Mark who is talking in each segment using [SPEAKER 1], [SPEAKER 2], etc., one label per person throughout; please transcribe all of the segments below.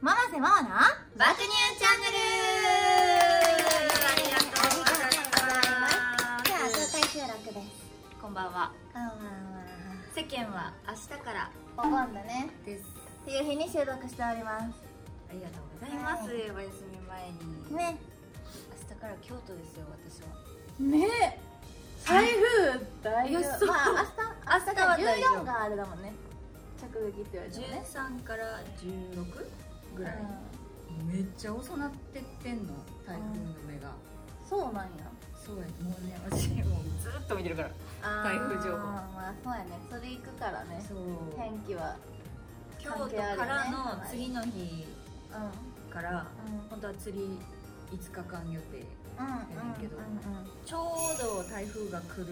[SPEAKER 1] 瀬ママの
[SPEAKER 2] 爆乳チャンネル
[SPEAKER 1] ありがとうございますじゃあ公開収録です
[SPEAKER 2] こんばんは
[SPEAKER 1] こんばんは
[SPEAKER 2] 世間は明日から
[SPEAKER 1] お盆だね
[SPEAKER 2] です
[SPEAKER 1] っていう日に収録しておりま
[SPEAKER 2] ありがとうございます、
[SPEAKER 1] は
[SPEAKER 2] お休み前
[SPEAKER 1] す
[SPEAKER 2] に
[SPEAKER 1] ね
[SPEAKER 2] 明日から京都ですよ私は
[SPEAKER 1] ね
[SPEAKER 3] 台風大
[SPEAKER 2] 丈夫
[SPEAKER 1] まあ明日明日が
[SPEAKER 2] 明日は大丈夫
[SPEAKER 1] 14があれだもんね直撃って言われてもね
[SPEAKER 2] 13から16ぐらい、
[SPEAKER 1] う
[SPEAKER 2] めっちゃ遅なってってんの台風の目が、
[SPEAKER 1] んそうなんや
[SPEAKER 2] そうやもうね私もうずっと見てるから
[SPEAKER 1] あー
[SPEAKER 2] 台風情報
[SPEAKER 1] まあそうやねそれ行くからね
[SPEAKER 2] そう
[SPEAKER 1] 天気は
[SPEAKER 2] 京都からの次の日
[SPEAKER 1] うんうん
[SPEAKER 2] から
[SPEAKER 1] うん
[SPEAKER 2] 本当は釣り5日
[SPEAKER 1] うん
[SPEAKER 2] 間予定ねんけど
[SPEAKER 1] うんうん
[SPEAKER 2] ちょうど台風が来る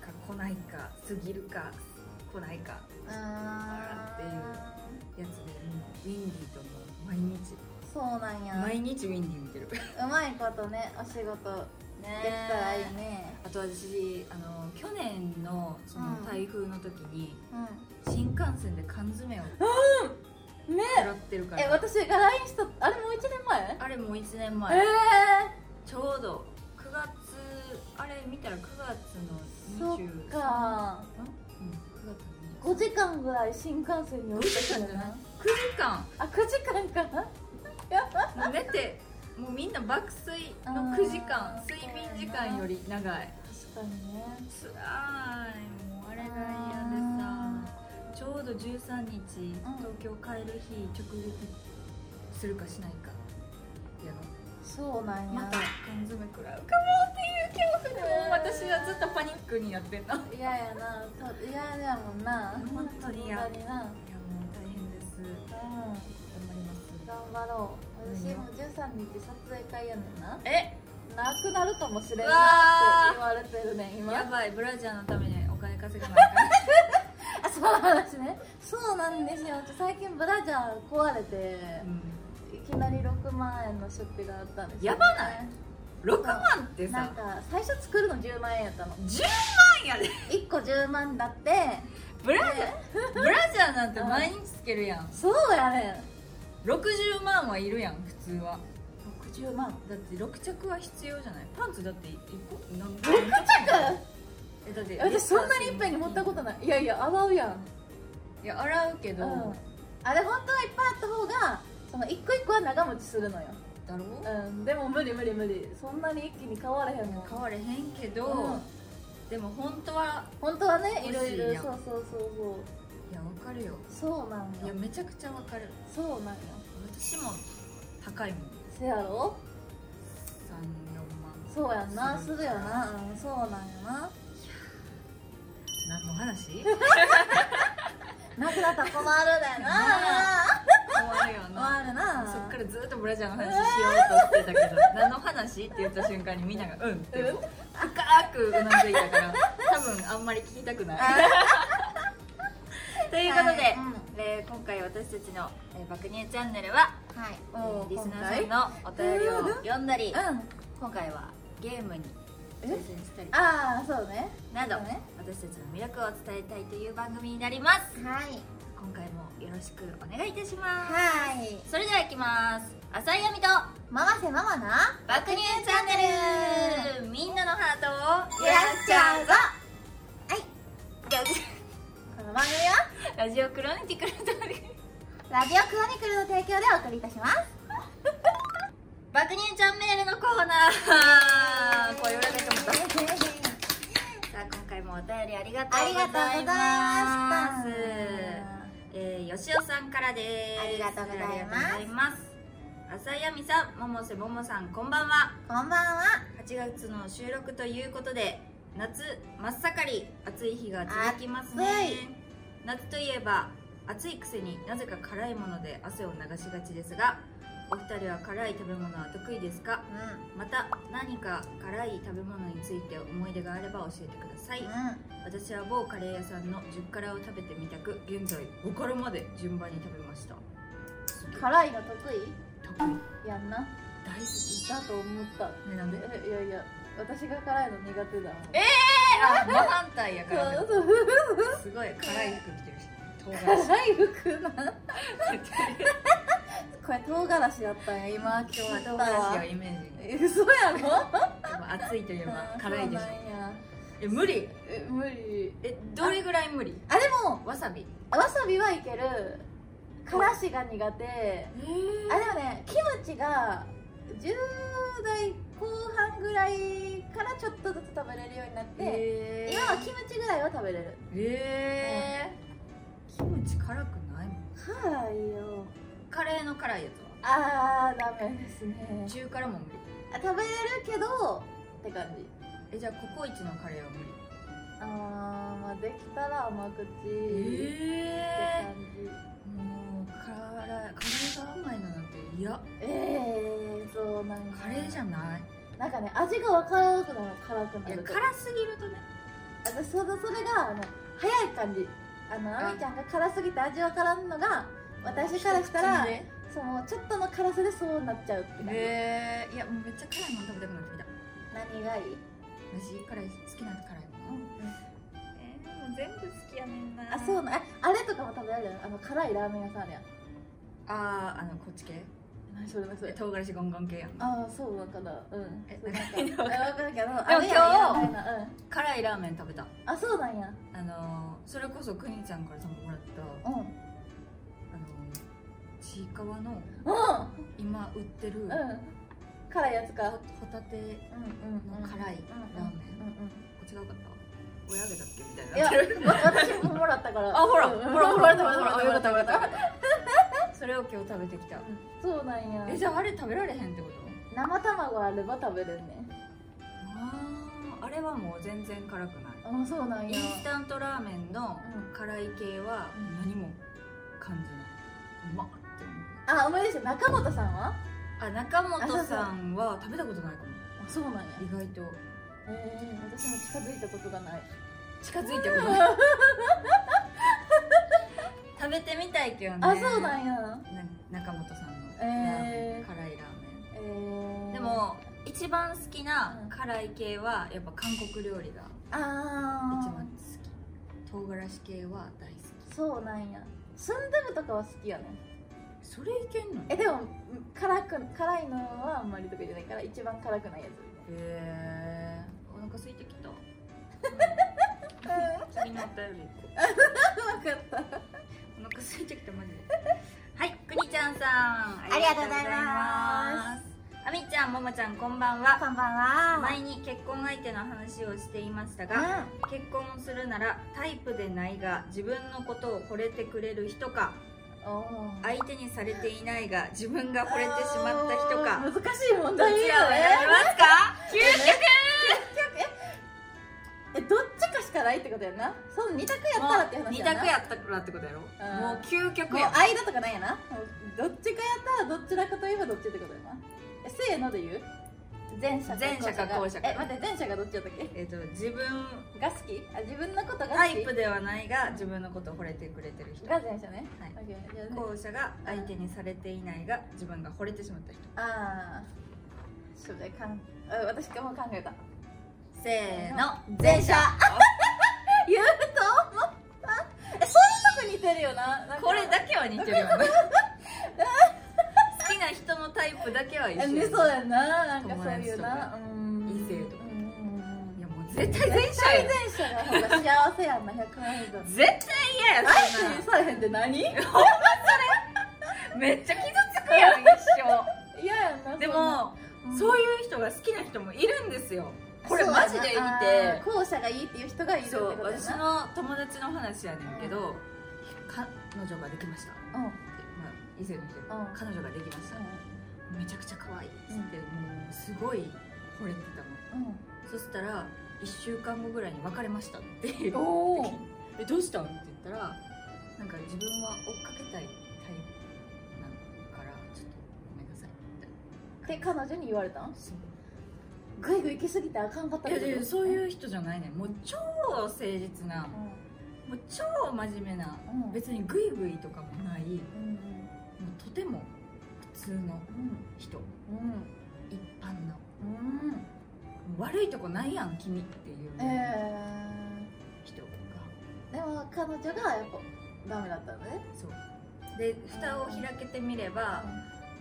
[SPEAKER 2] か来ないか過ぎるか来ないか
[SPEAKER 1] あ
[SPEAKER 2] ってやつでもうウィンディーともう毎
[SPEAKER 1] ー
[SPEAKER 2] 日
[SPEAKER 1] そうなんや
[SPEAKER 2] 毎日ウィンディー見てる
[SPEAKER 1] うまいことねお仕事できたらいいね
[SPEAKER 2] あと私あの去年のその
[SPEAKER 1] うん
[SPEAKER 2] 台風の時に
[SPEAKER 1] う
[SPEAKER 2] 新幹線で缶詰を
[SPEAKER 1] んね
[SPEAKER 2] 食らってるか
[SPEAKER 1] え
[SPEAKER 2] ら、
[SPEAKER 1] 私が LINE したあれもう1年前
[SPEAKER 2] あれもう1年
[SPEAKER 1] え
[SPEAKER 2] 前、
[SPEAKER 1] え
[SPEAKER 2] ちょうど9月あれ見たら9
[SPEAKER 1] ー、
[SPEAKER 2] 月の
[SPEAKER 1] そ
[SPEAKER 2] 20
[SPEAKER 1] っか
[SPEAKER 2] うん9月の
[SPEAKER 1] 5時間ぐらい新幹線に降りてたんだな
[SPEAKER 2] 9時間
[SPEAKER 1] あ9時間かなやば
[SPEAKER 2] もう寝てもうみんな爆睡の
[SPEAKER 1] あー
[SPEAKER 2] 9時間睡眠時間より長い
[SPEAKER 1] 確かにね
[SPEAKER 2] つらいもうあれが嫌でさちょうど13日東京帰る日直撃するかしないかやば
[SPEAKER 1] そうなん
[SPEAKER 2] ま
[SPEAKER 1] や
[SPEAKER 2] た缶詰食らうかもっていう恐怖でもう私はずっとパニックにやってんな
[SPEAKER 1] 嫌ややなと嫌ややもんな
[SPEAKER 2] 本当に嫌
[SPEAKER 1] 本当にない
[SPEAKER 2] やもう大変です
[SPEAKER 1] うん
[SPEAKER 2] 頑張ります
[SPEAKER 1] 頑張ろう私も13日撮影会やねんな
[SPEAKER 2] え
[SPEAKER 1] なくなるかもしれんなって言われてるね今
[SPEAKER 2] やばいブラジャーのためにお金稼がないから
[SPEAKER 1] あその話ねそうなんですよ最近ブラジャー壊れて、 いきなり6万円の出費があったんですよ、
[SPEAKER 2] やばない6万って
[SPEAKER 1] な
[SPEAKER 2] さ
[SPEAKER 1] んか最初作るの10万円やったの
[SPEAKER 2] 10万やで
[SPEAKER 1] 1個10万だって
[SPEAKER 2] ブラジャーブラジャーなんて毎日つけるやん
[SPEAKER 1] そうやね
[SPEAKER 2] 60万はいるやん普通は
[SPEAKER 1] ん60万
[SPEAKER 2] だって6着は必要じゃないパンツだって1個何6えだって
[SPEAKER 1] 私そんなにいっぱいに持ったことないいやいや洗うやん、
[SPEAKER 2] いや洗うけど、
[SPEAKER 1] うんあれ本当はいっぱいあった方がその1個1個は長持ちするのよ、
[SPEAKER 2] だろ
[SPEAKER 1] うん、でも無理無理無理そんなに一気に買われへんもん
[SPEAKER 2] 買われへんけど、
[SPEAKER 1] うん
[SPEAKER 2] でも本当は
[SPEAKER 1] 本当はねい
[SPEAKER 2] 欲
[SPEAKER 1] ろ
[SPEAKER 2] し
[SPEAKER 1] い
[SPEAKER 2] い
[SPEAKER 1] ろ
[SPEAKER 2] やん
[SPEAKER 1] そうそうそうそう
[SPEAKER 2] いやわかるよ
[SPEAKER 1] そうなん
[SPEAKER 2] いや
[SPEAKER 1] よ
[SPEAKER 2] めちゃくちゃわかる
[SPEAKER 1] そうなんよ
[SPEAKER 2] 私も高いもん
[SPEAKER 1] せやろ
[SPEAKER 2] 34万
[SPEAKER 1] そうやんなす
[SPEAKER 2] する
[SPEAKER 1] るよな、うん、そうなんよな
[SPEAKER 2] 何 の話
[SPEAKER 1] なくなったら困るだよな
[SPEAKER 2] な怖いよな
[SPEAKER 1] 困るな
[SPEAKER 2] そっからずっとブラジャーの話しようとしてたけど何の話って言った瞬間にみんなが「うん」って
[SPEAKER 1] うん
[SPEAKER 2] 深くうなずいたから多分あんまり聞きたくない
[SPEAKER 1] あ。
[SPEAKER 2] ということで、
[SPEAKER 1] はい
[SPEAKER 2] えー今回私たちの「えー、爆乳チャンネルは」
[SPEAKER 1] はい
[SPEAKER 2] えーリスナー
[SPEAKER 1] の
[SPEAKER 2] さんのお便りを読んだり
[SPEAKER 1] うん
[SPEAKER 2] 今回はゲームに挑戦したり
[SPEAKER 1] ああそうね
[SPEAKER 2] など、
[SPEAKER 1] そうね
[SPEAKER 2] 私たちの魅力を伝えたいという番組になります
[SPEAKER 1] はい
[SPEAKER 2] 今回もよろしくお願いいたします、
[SPEAKER 1] はい
[SPEAKER 2] それではいきます浅井亜美と
[SPEAKER 1] ママせママな
[SPEAKER 2] 爆乳チャンネルみんなのハートを
[SPEAKER 1] いらっしゃいぞ
[SPEAKER 2] う
[SPEAKER 1] この番組は
[SPEAKER 2] ラジオクロニティクルと
[SPEAKER 1] ラジオクロニクルの提供でお送りいたします
[SPEAKER 2] 爆乳チャンネルのコーナーこう言われて もさあ今回もお便りありがと
[SPEAKER 1] あ
[SPEAKER 2] う
[SPEAKER 1] り
[SPEAKER 2] ご
[SPEAKER 1] がとうござ
[SPEAKER 2] ざ
[SPEAKER 1] い
[SPEAKER 2] い
[SPEAKER 1] ま
[SPEAKER 2] ます
[SPEAKER 1] した
[SPEAKER 2] えー、吉尾さんからです
[SPEAKER 1] ありがとうございます
[SPEAKER 2] ありがとうございます浅井亜美さん百瀬ももさんこんばんは
[SPEAKER 1] こんばんは
[SPEAKER 2] 8月の収録ということで夏真っ盛り暑い日が続きますね
[SPEAKER 1] 暑い
[SPEAKER 2] 夏といえば暑いくせになぜか辛いもので汗を流しがちですがお二人は辛い食べ物は得意ですかまた何か辛い食べ物について思い出があれば教えてください、
[SPEAKER 1] う
[SPEAKER 2] 私は某カレー屋さんの10辛を食べてみたく現在5辛まで順番に食べました
[SPEAKER 1] ん辛いの得
[SPEAKER 2] 得意
[SPEAKER 1] 意やんな
[SPEAKER 2] 大好き
[SPEAKER 1] だと思った
[SPEAKER 2] ねなんで
[SPEAKER 1] えいやいや私が辛いの苦手だもん
[SPEAKER 2] えあ真反対やからね
[SPEAKER 1] そうそう
[SPEAKER 2] すごい辛い服着てるし唐辛子
[SPEAKER 1] 辛い服な
[SPEAKER 2] って
[SPEAKER 1] ここれ唐辛子だったんよ今今日
[SPEAKER 2] 今日
[SPEAKER 1] った
[SPEAKER 2] は唐
[SPEAKER 1] わ
[SPEAKER 2] 辛子をイメージ
[SPEAKER 1] え嘘やろ
[SPEAKER 2] でも暑いといえば
[SPEAKER 1] あー
[SPEAKER 2] 辛いでしょ
[SPEAKER 1] そうなんや
[SPEAKER 2] え無理
[SPEAKER 1] え無理
[SPEAKER 2] えどれぐらい無理
[SPEAKER 1] あでも
[SPEAKER 2] わさび
[SPEAKER 1] わさびはいけるからしが苦手あでもねキムチが10代後半ぐらいからちょっとずつ食べれるようになって、
[SPEAKER 2] え
[SPEAKER 1] 今はキムチぐらいは食べれる
[SPEAKER 2] えーキムチ辛くないもん
[SPEAKER 1] 辛いよ
[SPEAKER 2] カレーの辛いやつは
[SPEAKER 1] あーダメですね
[SPEAKER 2] 中辛も無
[SPEAKER 1] あ
[SPEAKER 2] 理
[SPEAKER 1] 食べれるけどって感じ
[SPEAKER 2] えじゃあココイチのカレーは無理
[SPEAKER 1] あー、まあ、できたら甘口って
[SPEAKER 2] え
[SPEAKER 1] 感じ
[SPEAKER 2] もう辛いカレーが甘いのなんていや
[SPEAKER 1] ええー、そうなんか
[SPEAKER 2] カレーじゃない
[SPEAKER 1] なんかね味が分からなくなる辛く
[SPEAKER 2] い
[SPEAKER 1] な
[SPEAKER 2] や
[SPEAKER 1] ると
[SPEAKER 2] 辛すぎるとね
[SPEAKER 1] 私そのそれがあの早い感じあの
[SPEAKER 2] あ
[SPEAKER 1] あみちゃんが辛すぎて味わからんのが私からしたら
[SPEAKER 2] え
[SPEAKER 1] そのちょっとの辛さでそうなっちゃうって感じ、
[SPEAKER 2] えー、いやもうめっちゃ辛いもの食べたくなってきた
[SPEAKER 1] 何がいい
[SPEAKER 2] 私辛い好きなんで辛いもんえー、もう全部好きやねんな
[SPEAKER 1] あそうなえあれとかも食べられるあの辛いラーメン屋さんあるやん
[SPEAKER 2] あーあのこっち系
[SPEAKER 1] 何それ何それ
[SPEAKER 2] 唐辛子ゴンゴン系やん
[SPEAKER 1] ああそうだからうん
[SPEAKER 2] え
[SPEAKER 1] そうなんか
[SPEAKER 2] なんか
[SPEAKER 1] えわかるけど
[SPEAKER 2] でも
[SPEAKER 1] あれや
[SPEAKER 2] 今日
[SPEAKER 1] みたいなうん
[SPEAKER 2] 辛いラーメン食べた
[SPEAKER 1] あそうなんや
[SPEAKER 2] あのー、それこそくにちゃんから多分もらったあ
[SPEAKER 1] うん
[SPEAKER 2] のー、ちいかわの
[SPEAKER 1] う
[SPEAKER 2] 今売ってる、
[SPEAKER 1] んうん辛いやつか
[SPEAKER 2] ほホタテ
[SPEAKER 1] うんうん
[SPEAKER 2] の
[SPEAKER 1] うん
[SPEAKER 2] 辛いラーメン、
[SPEAKER 1] うんうん
[SPEAKER 2] 違うかった親揚げだっけみたい
[SPEAKER 1] い
[SPEAKER 2] にな
[SPEAKER 1] や
[SPEAKER 2] ってる
[SPEAKER 1] わ私ももらったから
[SPEAKER 2] あほら
[SPEAKER 1] うん
[SPEAKER 2] ほらほらほらほら
[SPEAKER 1] も
[SPEAKER 2] あよかったよかった
[SPEAKER 1] もら
[SPEAKER 2] よかったそれを今日食べてきた
[SPEAKER 1] そうなんや
[SPEAKER 2] えじゃああれ食べられへんってこと
[SPEAKER 1] 生卵あれば食べれんね
[SPEAKER 2] あーあれはもう全然辛くな
[SPEAKER 1] あそうなん
[SPEAKER 2] いイ
[SPEAKER 1] や
[SPEAKER 2] ンスタントラーメンの
[SPEAKER 1] うん
[SPEAKER 2] 辛い系は
[SPEAKER 1] うん
[SPEAKER 2] 何も感じないうまっって思う
[SPEAKER 1] あ思い出した中本さんは
[SPEAKER 2] あ中
[SPEAKER 1] あそうそ
[SPEAKER 2] 本
[SPEAKER 1] う
[SPEAKER 2] さんは食べたことないかも
[SPEAKER 1] あそうなんや
[SPEAKER 2] 意外と
[SPEAKER 1] ええ私も近づいたことがない
[SPEAKER 2] 近づいてことない 食べてみたいけどね
[SPEAKER 1] あそうなんや
[SPEAKER 2] な中本さんのラーメン、
[SPEAKER 1] えー
[SPEAKER 2] 辛いラーメン
[SPEAKER 1] えー
[SPEAKER 2] でも一番好きな辛い系はやっぱ韓国料理が
[SPEAKER 1] あ
[SPEAKER 2] 一
[SPEAKER 1] あ
[SPEAKER 2] 番好き唐辛子系は大好
[SPEAKER 1] そうなんやスンドゥブとかは好きやね
[SPEAKER 2] きそれいけんの
[SPEAKER 1] えでもうん辛く辛いのはあんまり得意じゃないから一番辛くないやつ
[SPEAKER 2] へえお腹空いてき た君のお便り
[SPEAKER 1] 分かった
[SPEAKER 2] お腹空いてきたマジではいくにちゃんさん
[SPEAKER 1] ありがとうございます
[SPEAKER 2] あみちゃんももちゃんこんばんは
[SPEAKER 1] こんばんは
[SPEAKER 2] 前に結婚相手の話をしていましたが、
[SPEAKER 1] が
[SPEAKER 2] 結婚するならタイプでないが自分のことを惚れてくれる人か
[SPEAKER 1] おー
[SPEAKER 2] 相手にされていないが自分が惚れてしまった人か
[SPEAKER 1] 難しい問
[SPEAKER 2] ど
[SPEAKER 1] 題
[SPEAKER 2] ち
[SPEAKER 1] よ
[SPEAKER 2] らを選
[SPEAKER 1] ね
[SPEAKER 2] びますか究極
[SPEAKER 1] えどっちかしかないってことやんなその二択やったらって話
[SPEAKER 2] 二
[SPEAKER 1] やな
[SPEAKER 2] 択やったからってことやろも
[SPEAKER 1] ん
[SPEAKER 2] う究極
[SPEAKER 1] もう
[SPEAKER 2] や
[SPEAKER 1] 間とかないやなもうどっちかやったらどちらかといえばどっちってことやなえせーので言う前者か
[SPEAKER 2] 前者か後者か
[SPEAKER 1] え待って前者がどっちやったっけ
[SPEAKER 2] えっと自分
[SPEAKER 1] が好きあ自分のことが好き
[SPEAKER 2] タイプではないが自分のことを惚れてくれてる人
[SPEAKER 1] が前者ね
[SPEAKER 2] はい
[SPEAKER 1] OK じゃあね
[SPEAKER 2] 後者が相手にされていないが自分が惚れてしまった人
[SPEAKER 1] ああそれかんあ私がもう考えた
[SPEAKER 2] せーの
[SPEAKER 1] 前者言うと思ったえそういうとこ似てるよななんか
[SPEAKER 2] これだけは似てるよ ね好きな人のタイプだけは一
[SPEAKER 1] え
[SPEAKER 2] 緒
[SPEAKER 1] ねそうやななんかそういう
[SPEAKER 2] 友達と
[SPEAKER 1] な
[SPEAKER 2] か
[SPEAKER 1] うん
[SPEAKER 2] 異性とか
[SPEAKER 1] うんうん
[SPEAKER 2] い
[SPEAKER 1] うん
[SPEAKER 2] やもう絶対前者や
[SPEAKER 1] 絶対前者の方が幸せやんな100万以上
[SPEAKER 2] 絶対嫌やそんな
[SPEAKER 1] 何されへんって何嫌や
[SPEAKER 2] めっちゃ傷つくやん一
[SPEAKER 1] んな
[SPEAKER 2] 生で
[SPEAKER 1] そんな
[SPEAKER 2] も
[SPEAKER 1] うん
[SPEAKER 2] そういう人が好きな人もいるんですよこれ
[SPEAKER 1] そうやな
[SPEAKER 2] マジでい
[SPEAKER 1] あ
[SPEAKER 2] て
[SPEAKER 1] ー後者がいいっていう人がいるって
[SPEAKER 2] そ
[SPEAKER 1] こと
[SPEAKER 2] う
[SPEAKER 1] やな
[SPEAKER 2] 私の友達の話やねんけど彼女ができましたって
[SPEAKER 1] うんうん
[SPEAKER 2] まあ以前の人
[SPEAKER 1] うん
[SPEAKER 2] 彼女ができましためちゃくちゃ可愛いっつってもうすごい惚れてたのそしたら1週間後ぐらいに別れましたっていう
[SPEAKER 1] おー
[SPEAKER 2] えどうしたんって言ったらなんか自分は追っかけたいタイプなのからちょっとごめんなさいみたいな
[SPEAKER 1] で彼女に言われたん
[SPEAKER 2] そう
[SPEAKER 1] グイグイ行きすぎてあかんかった
[SPEAKER 2] いやいやそう
[SPEAKER 1] う
[SPEAKER 2] いう人じゃないねもう超誠実な
[SPEAKER 1] うん
[SPEAKER 2] もう超真面目な
[SPEAKER 1] うん
[SPEAKER 2] 別にグイグイとかもないも
[SPEAKER 1] うん
[SPEAKER 2] うとても普通
[SPEAKER 1] う
[SPEAKER 2] の
[SPEAKER 1] ん
[SPEAKER 2] 人
[SPEAKER 1] うん
[SPEAKER 2] 一般の
[SPEAKER 1] うん
[SPEAKER 2] 悪いとこないやん君っていう
[SPEAKER 1] え
[SPEAKER 2] 人が、
[SPEAKER 1] ーでも彼女がやっぱダメだったのね
[SPEAKER 2] そうで蓋を開けてみれば、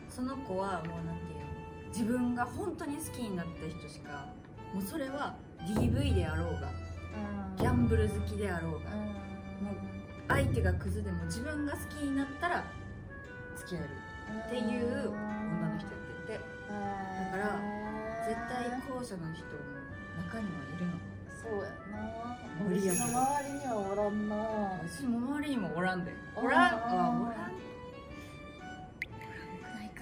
[SPEAKER 2] その子はもうなんていうの自分が本当に好きになった人しかもうそれは DV であろうがギャンブル好きであろうがもう相手がクズでも自分が好きになったら付き合えるっていう女の人やっててだから絶対後者の人も中にはいるの
[SPEAKER 1] そうやな
[SPEAKER 2] 無理やけ
[SPEAKER 1] 私
[SPEAKER 2] ど
[SPEAKER 1] の周りにはおらんな
[SPEAKER 2] 私も周りにもおらんで
[SPEAKER 1] お
[SPEAKER 2] おら
[SPEAKER 1] ら
[SPEAKER 2] ん
[SPEAKER 1] ん
[SPEAKER 2] あおらんおらんくないか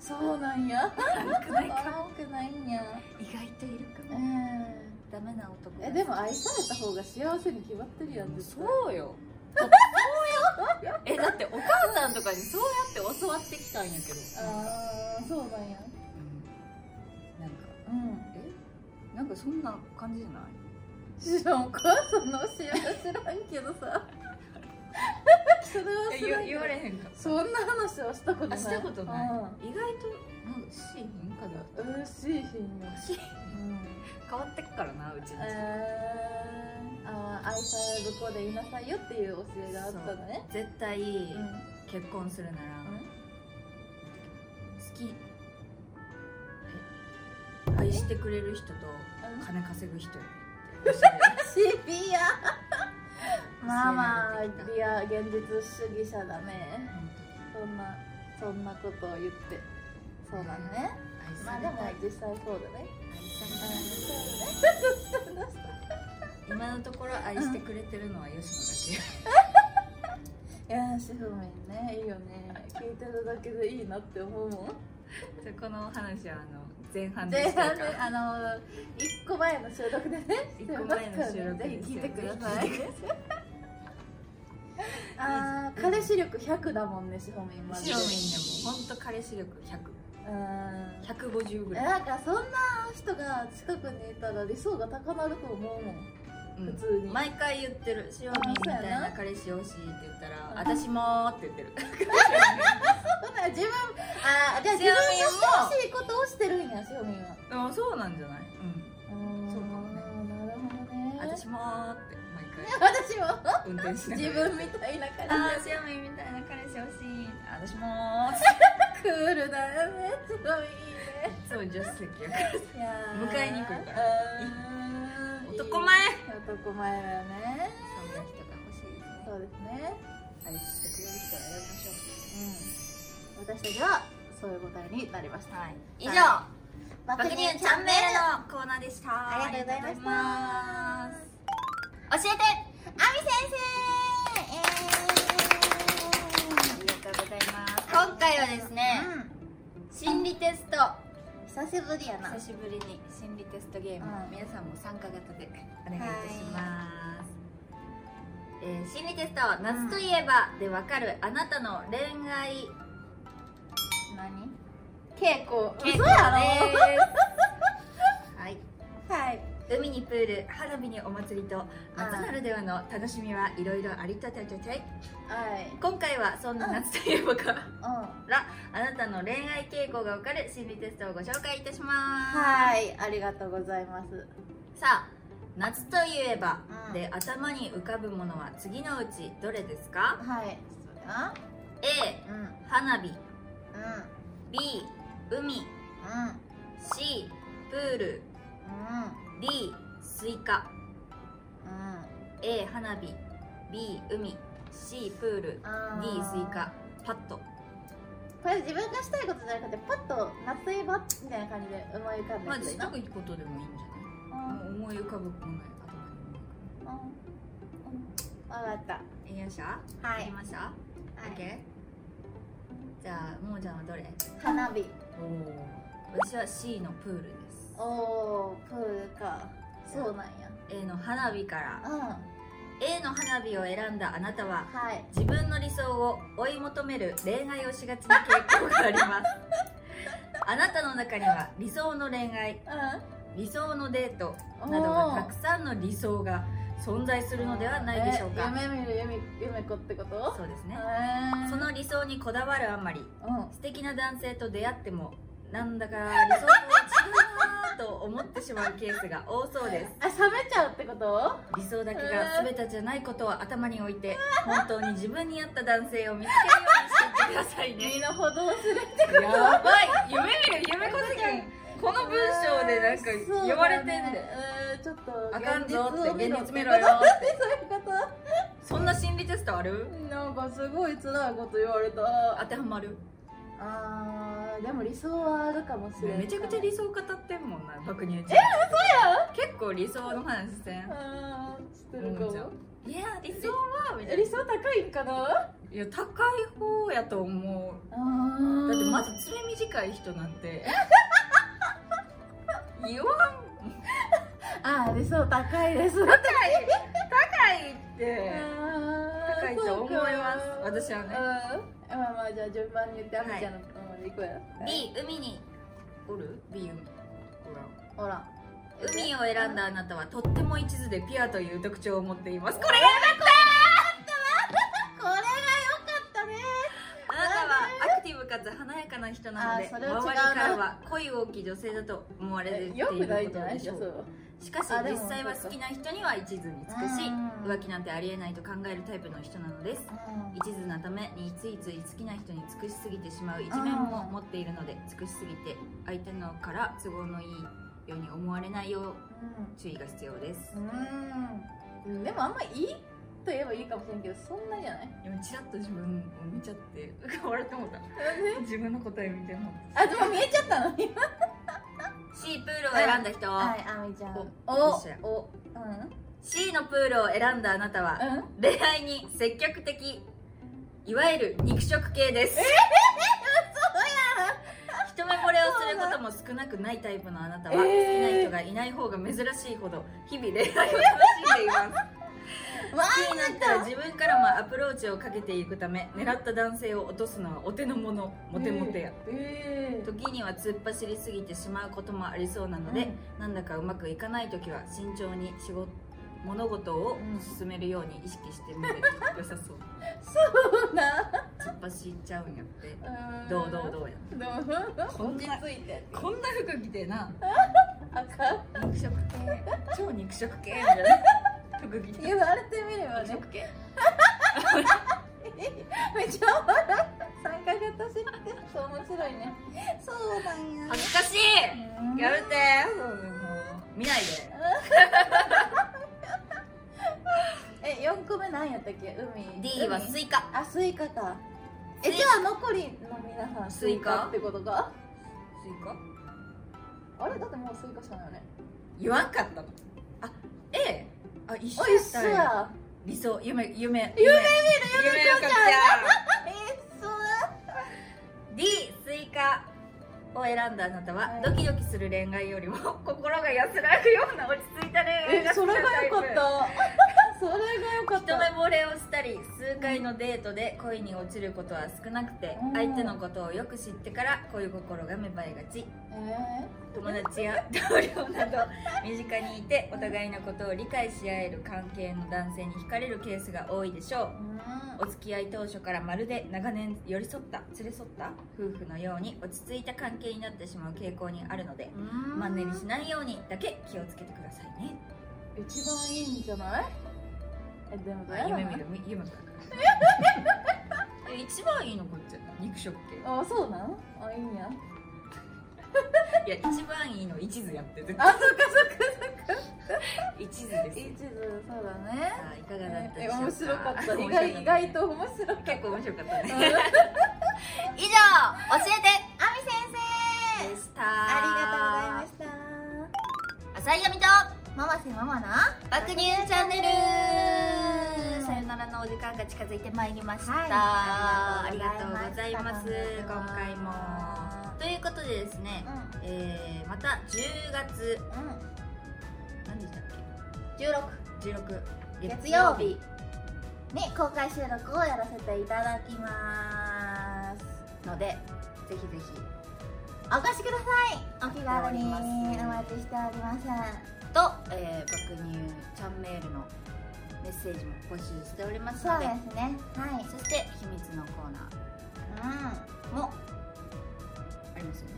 [SPEAKER 1] そうなんや
[SPEAKER 2] おらんくない
[SPEAKER 1] あ
[SPEAKER 2] から
[SPEAKER 1] んくないんや
[SPEAKER 2] 意外といるか
[SPEAKER 1] う
[SPEAKER 2] も
[SPEAKER 1] ん
[SPEAKER 2] ダメな男
[SPEAKER 1] えでも愛された方が幸せに決まってるやん絶対
[SPEAKER 2] そうよだってそうよえだってお母さんとかにそうやって教わってきたんやけど
[SPEAKER 1] ああそうなんや
[SPEAKER 2] うんなんか
[SPEAKER 1] うん
[SPEAKER 2] えなんかそんな感じじゃない
[SPEAKER 1] 知らんお母さんの教えは知らんけどさそれは知らんけど
[SPEAKER 2] へんか
[SPEAKER 1] そんな話はしたことな
[SPEAKER 2] あ
[SPEAKER 1] い
[SPEAKER 2] したことない
[SPEAKER 1] うん
[SPEAKER 2] 意外となんかしへんかな
[SPEAKER 1] 嬉しい品が
[SPEAKER 2] し
[SPEAKER 1] うん
[SPEAKER 2] 変わってくからなうちの人
[SPEAKER 1] えー、あ愛される子でいなさいよっていう教えがあったのね
[SPEAKER 2] 絶対
[SPEAKER 1] う
[SPEAKER 2] 結婚するなら 好きえ愛してくれる人と金稼ぐ人やねっ て教
[SPEAKER 1] シビアまあまあ
[SPEAKER 2] 教えられてきた
[SPEAKER 1] リア現実主義者だ
[SPEAKER 2] え
[SPEAKER 1] ね
[SPEAKER 2] る
[SPEAKER 1] そ
[SPEAKER 2] 本
[SPEAKER 1] んなそんなことを言ってそうだね
[SPEAKER 2] 当
[SPEAKER 1] まあ
[SPEAKER 2] 愛
[SPEAKER 1] で
[SPEAKER 2] さ
[SPEAKER 1] も
[SPEAKER 2] れた
[SPEAKER 1] 実際そ
[SPEAKER 2] い
[SPEAKER 1] うだね
[SPEAKER 2] 愛さ
[SPEAKER 1] うんそ
[SPEAKER 2] れたい
[SPEAKER 1] うだね
[SPEAKER 2] 今のところ愛してくれてるのは吉 野だ
[SPEAKER 1] いやーシフメンねいいよね聞いてるだけでいいなって思うもん
[SPEAKER 2] けじゃあこの話はあの前半で
[SPEAKER 1] 前
[SPEAKER 2] したか
[SPEAKER 1] 半で
[SPEAKER 2] ら
[SPEAKER 1] あの1個前の収録でね
[SPEAKER 2] 一個前の収録
[SPEAKER 1] ぜ
[SPEAKER 2] です
[SPEAKER 1] ひ聞
[SPEAKER 2] よ
[SPEAKER 1] いてくださ い
[SPEAKER 2] ぜ
[SPEAKER 1] あー彼氏力100だもんねシホミンまで
[SPEAKER 2] ひ吉野みんなもう本当彼氏力
[SPEAKER 1] うん
[SPEAKER 2] 100150ぐ
[SPEAKER 1] え
[SPEAKER 2] らい、
[SPEAKER 1] なんかそんな人が近くにいたら理想が高なると思うもん
[SPEAKER 2] うん
[SPEAKER 1] 普通に
[SPEAKER 2] 毎回言ってる「しおみんみたいな彼氏欲しい」って言ったら「
[SPEAKER 1] うん
[SPEAKER 2] 私も」って言ってる
[SPEAKER 1] ほんなら自分あーじゃあ 自分がしてほしいことをしてるんやシホミンは
[SPEAKER 2] あそうなんじゃないうん
[SPEAKER 1] うん
[SPEAKER 2] そうかもね
[SPEAKER 1] なるほどね
[SPEAKER 2] 私もーって毎
[SPEAKER 1] 私も
[SPEAKER 2] 回運転しなが
[SPEAKER 1] 自
[SPEAKER 2] ら
[SPEAKER 1] 分みたいな
[SPEAKER 2] あ
[SPEAKER 1] 感
[SPEAKER 2] ーしおみんみたいな彼氏欲しいあ私もーって
[SPEAKER 1] じでクールだよねすごいいいね
[SPEAKER 2] いつも助手席やから
[SPEAKER 1] いやー
[SPEAKER 2] 迎えに来るか
[SPEAKER 1] うーん
[SPEAKER 2] 男前
[SPEAKER 1] 男前だよね
[SPEAKER 2] そんな人が欲しいですね
[SPEAKER 1] そうですね
[SPEAKER 2] 愛してくれる人を選びまし
[SPEAKER 1] う
[SPEAKER 2] ょ
[SPEAKER 1] ん私たちはそういう答えになりまし
[SPEAKER 2] う
[SPEAKER 1] た
[SPEAKER 2] はい以上
[SPEAKER 1] は
[SPEAKER 2] 「爆乳チャンネル」のコーナーでした
[SPEAKER 1] ありがとうございまし
[SPEAKER 2] 教えて
[SPEAKER 1] た亜美先
[SPEAKER 2] ありがとうございます
[SPEAKER 4] 今回はですね、
[SPEAKER 1] 生
[SPEAKER 4] 心理テスト
[SPEAKER 1] うん久しぶりやな
[SPEAKER 2] 久しぶりに心理テストゲーム、
[SPEAKER 1] うん
[SPEAKER 2] 皆さんも参加型でお願いいたします、えー心理テスト「夏といえば」でわかるあなたの恋愛
[SPEAKER 1] 何稽古
[SPEAKER 2] 傾向です
[SPEAKER 1] 嘘や
[SPEAKER 2] はい
[SPEAKER 1] ろはい
[SPEAKER 2] 海にプール花火にお祭りと夏ならではの楽しみはいろいろありたたたたい
[SPEAKER 1] はい
[SPEAKER 2] 今回はそんな夏といえば から
[SPEAKER 1] うんは
[SPEAKER 2] あなたの恋愛傾向がわかる心理テストをご紹介いたします
[SPEAKER 1] いありがとうございます
[SPEAKER 2] さあ夏といえば、
[SPEAKER 1] うん
[SPEAKER 2] で頭に浮かぶものは次のうちどれですか
[SPEAKER 1] はいそうやな
[SPEAKER 2] A
[SPEAKER 1] うんうん
[SPEAKER 2] 花火 B 海 C プール D スイカ
[SPEAKER 1] うんうん
[SPEAKER 2] A 花火 B 海 C プール
[SPEAKER 1] あー
[SPEAKER 2] D スイカパッと
[SPEAKER 1] これ自分がしたいことじゃなくてパッと夏といえばみたいな感じで思い浮かんで
[SPEAKER 2] まあ
[SPEAKER 1] くるな、
[SPEAKER 2] 特にことでもいいんじゃない、もう思い浮かぶものや頭に思い浮か
[SPEAKER 1] 分かった
[SPEAKER 2] ぶえよっしゃ
[SPEAKER 1] は
[SPEAKER 2] できました、オッケーじゃあもーちゃんはどれ
[SPEAKER 1] 花火
[SPEAKER 2] お私は C のプールです
[SPEAKER 1] おおープールかそうなんや
[SPEAKER 2] A の花火から
[SPEAKER 1] うん
[SPEAKER 2] A の花火を選んだあなたは
[SPEAKER 1] はい
[SPEAKER 2] 自分の理想を追い求める恋愛をしがちな傾向がありますあなたの中には理想の恋愛理想のデート
[SPEAKER 1] うん
[SPEAKER 2] などのたくさんの理想が存在するのではないでしょうか
[SPEAKER 1] え夢見る夢夢子ってこと
[SPEAKER 2] そうです
[SPEAKER 1] へ
[SPEAKER 2] ね
[SPEAKER 1] ー
[SPEAKER 2] その理想にこだわるあまり
[SPEAKER 1] うん
[SPEAKER 2] 素敵な男性と出会ってもなんだか理想とは違うなと思ってしまうケースが多そうです
[SPEAKER 1] あ冷めちゃうってこと
[SPEAKER 2] 理想だけが全てじゃないことを頭に置いて本当に自分に合った男性を見つけるようにしていくださいね
[SPEAKER 1] 身の程をする
[SPEAKER 2] やばい夢見る夢子くんこの文章でなんか言われてんだよ
[SPEAKER 1] うんちょっと
[SPEAKER 2] あかんぞって現実見ろ
[SPEAKER 1] そういう
[SPEAKER 2] よ
[SPEAKER 1] こと
[SPEAKER 2] そんな心理テストある
[SPEAKER 1] なんかすごい辛いこと言われた
[SPEAKER 2] 当てはまる
[SPEAKER 1] あーでも理想はあるかもしれない
[SPEAKER 2] めちゃくちゃ理想語ってんもんな爆乳え嘘や結構理想の話せん
[SPEAKER 1] あー知ってるか
[SPEAKER 2] ももちゃ
[SPEAKER 1] も
[SPEAKER 2] んいや理想はみた
[SPEAKER 1] え
[SPEAKER 2] いな
[SPEAKER 1] 理想高いんかない
[SPEAKER 2] や高い方やと思う
[SPEAKER 1] あ
[SPEAKER 2] だってまず爪短い人なんて言わん
[SPEAKER 1] あー理想高いです
[SPEAKER 2] 高いって高
[SPEAKER 1] 高
[SPEAKER 2] いと思います私はね
[SPEAKER 1] うんまあまあじゃあ順番に言ってあみちゃんのとこまで行くよ
[SPEAKER 4] B 海に
[SPEAKER 2] おるビーン
[SPEAKER 1] ほら
[SPEAKER 2] 海を選んだあなたはとっても一途でピュアという特徴を持っていますこれ
[SPEAKER 1] これが良かったね
[SPEAKER 2] あなたはアクティブかつ華やかな人なので
[SPEAKER 1] あーそ
[SPEAKER 2] 周
[SPEAKER 1] れは違うな
[SPEAKER 2] りからは恋大きい女性だと思われている
[SPEAKER 1] よ
[SPEAKER 2] こ
[SPEAKER 1] くないんじゃ
[SPEAKER 2] と
[SPEAKER 1] ない
[SPEAKER 2] で
[SPEAKER 1] で
[SPEAKER 2] し
[SPEAKER 1] し
[SPEAKER 2] ょ
[SPEAKER 1] ょ
[SPEAKER 2] うしかし
[SPEAKER 1] あで
[SPEAKER 2] 実
[SPEAKER 1] も
[SPEAKER 2] 際は好きな人には一途に尽くし浮気なんてありえないと考えるタイプの人なのです一途なためについつい好きな人に尽くしすぎてしまう一面も持っているので尽くしすぎて相手のから都合のいいように思われないよう注意が必要です
[SPEAKER 1] うんうんでもあんまいいと言えばいいかもしれんけどそんなじゃない
[SPEAKER 2] でもチラッと自分を見ちゃって 笑ってもうた自分の答え見ても
[SPEAKER 1] あでも見えちゃったの今
[SPEAKER 2] C プールを選んだ人、
[SPEAKER 1] いあみちゃ
[SPEAKER 2] お
[SPEAKER 1] お
[SPEAKER 2] 一緒や
[SPEAKER 1] おうん
[SPEAKER 2] C のプールを選んだあなたは
[SPEAKER 1] うん
[SPEAKER 2] 恋愛に積極的いわゆる肉食系ですえ一目惚れをすることも少なくないタイプのあなたは好き
[SPEAKER 1] えー
[SPEAKER 2] な人がいない方が珍しいほど日々恋愛を楽しん でいます
[SPEAKER 1] わ
[SPEAKER 2] 好きになったら自分からもアプローチをかけていくため狙った男性を落とすのはお手の物モテモテや、
[SPEAKER 1] え
[SPEAKER 2] 時には突っ走りすぎてしまうこともありそうなので、なんだかうまくいかない時は慎重に仕事物事を進めるように意識してみると良さ そう
[SPEAKER 1] そうな
[SPEAKER 2] 突っ走っちゃうんやって
[SPEAKER 1] うん
[SPEAKER 2] どうどうどうや
[SPEAKER 1] どう
[SPEAKER 2] こんな
[SPEAKER 1] 落ち着いて
[SPEAKER 2] こんな服着てな
[SPEAKER 1] あかん
[SPEAKER 2] 肉食系超肉食系みたいな 服着て
[SPEAKER 1] 言われてみればね
[SPEAKER 2] 肉食系
[SPEAKER 1] めっちゃおもろい参加型設定そう面白いねそうなんや
[SPEAKER 2] 恥ずかしいやめてもう見ないで
[SPEAKER 1] え四個目なんやったっけ海
[SPEAKER 2] D は
[SPEAKER 1] 海
[SPEAKER 2] スイカ
[SPEAKER 1] あスイカかえ
[SPEAKER 2] スイ
[SPEAKER 1] じゃあ残りの皆さん
[SPEAKER 2] スイカ
[SPEAKER 1] ってことか
[SPEAKER 2] スイカ
[SPEAKER 1] あれだってもうスイカしかないよね
[SPEAKER 2] 言わんかったのあ A あ一
[SPEAKER 1] お
[SPEAKER 2] 緒
[SPEAKER 1] い
[SPEAKER 2] や
[SPEAKER 1] っ
[SPEAKER 2] っ
[SPEAKER 1] す
[SPEAKER 2] たんや
[SPEAKER 1] わ
[SPEAKER 2] 理想夢夢夢見る夢よかった
[SPEAKER 1] えっすわ
[SPEAKER 2] D スイカを選んだあなた
[SPEAKER 1] は
[SPEAKER 2] はいドキドキする恋愛よりも心が安らぐような落ち着いた恋愛
[SPEAKER 1] え
[SPEAKER 2] が
[SPEAKER 1] そ
[SPEAKER 2] 好き
[SPEAKER 1] れ
[SPEAKER 2] な
[SPEAKER 1] が
[SPEAKER 2] タイ
[SPEAKER 1] よ
[SPEAKER 2] プ
[SPEAKER 1] かった それがよかっ
[SPEAKER 2] 一
[SPEAKER 1] た
[SPEAKER 2] 目惚れをしたり数回のデートで恋に落ちることは少なくて
[SPEAKER 1] うん
[SPEAKER 2] 相手のことをよく知ってから恋心が芽生えがち
[SPEAKER 1] え
[SPEAKER 2] 友達や同僚など身近にいてお互いのことを理解し合える関係の男性に惹かれるケースが多いでしょう
[SPEAKER 1] ー、うん
[SPEAKER 2] お付き合い当初からまるで長年寄り添った連れ添った夫婦のように落ち着いた関係になってしまう傾向にあるのでマンネリしないようにだけ気をつけてくださいね
[SPEAKER 1] 一番いいんじゃないえでもどうや
[SPEAKER 2] あ
[SPEAKER 1] ら
[SPEAKER 2] 夢見るみ夢見るえ一番いいのこっち肉食系
[SPEAKER 1] あそうなんあいいんや
[SPEAKER 2] いや一番いいの一途やって絶対
[SPEAKER 1] あそっかそっか
[SPEAKER 2] 一途です
[SPEAKER 1] 一途そうだね
[SPEAKER 2] さあいかがだったで
[SPEAKER 1] え
[SPEAKER 2] しょうか
[SPEAKER 1] 面白かった意
[SPEAKER 2] 面白か
[SPEAKER 1] 外意外と 面白かった
[SPEAKER 2] 結構面白かったね
[SPEAKER 4] 以上教えてあみ先
[SPEAKER 2] でした
[SPEAKER 1] ありがとうございま
[SPEAKER 2] し
[SPEAKER 1] した
[SPEAKER 4] 生浅井あみと
[SPEAKER 1] ママせママな
[SPEAKER 4] 爆乳チャンネル
[SPEAKER 1] うん
[SPEAKER 4] さよならのお時間が近づいてまいりました、
[SPEAKER 1] は
[SPEAKER 2] ありがとうございます今回もということでですね、えーまた10月
[SPEAKER 1] うんうん
[SPEAKER 2] 何でしたっ
[SPEAKER 1] 16
[SPEAKER 2] け16
[SPEAKER 1] 月曜日に公開収録をやらせていただきますので
[SPEAKER 2] ぜひぜ
[SPEAKER 1] お越しくださいお気軽にお待ちしております
[SPEAKER 2] ひと、えー、爆乳ちゃんメールのメッセージも募集しております
[SPEAKER 1] そう
[SPEAKER 2] の
[SPEAKER 1] で
[SPEAKER 2] です
[SPEAKER 1] ねはい
[SPEAKER 2] そして秘密のコーナ
[SPEAKER 1] うん
[SPEAKER 2] ーもありますよね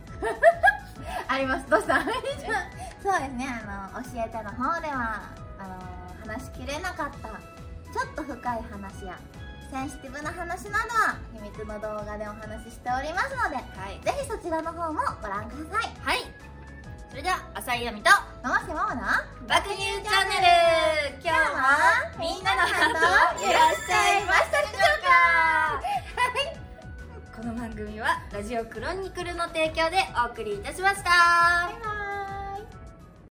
[SPEAKER 1] ありますどうしたそうですねあの教えての方ではあの話しきれなかったちょっと深い話やセンシティブな話などは秘密の動画でお話ししておりますので
[SPEAKER 2] はい
[SPEAKER 1] ぜひそちらの方もご覧ください
[SPEAKER 2] はいそれでは浅井亜美と
[SPEAKER 1] ママせママな
[SPEAKER 2] 爆乳チャンネル今日
[SPEAKER 1] 今日
[SPEAKER 2] は
[SPEAKER 1] はみんなのハートいらっしゃいましたでしょうか
[SPEAKER 2] この番組はラジオクロニクルの提供でお送りいたしました
[SPEAKER 1] バイバイ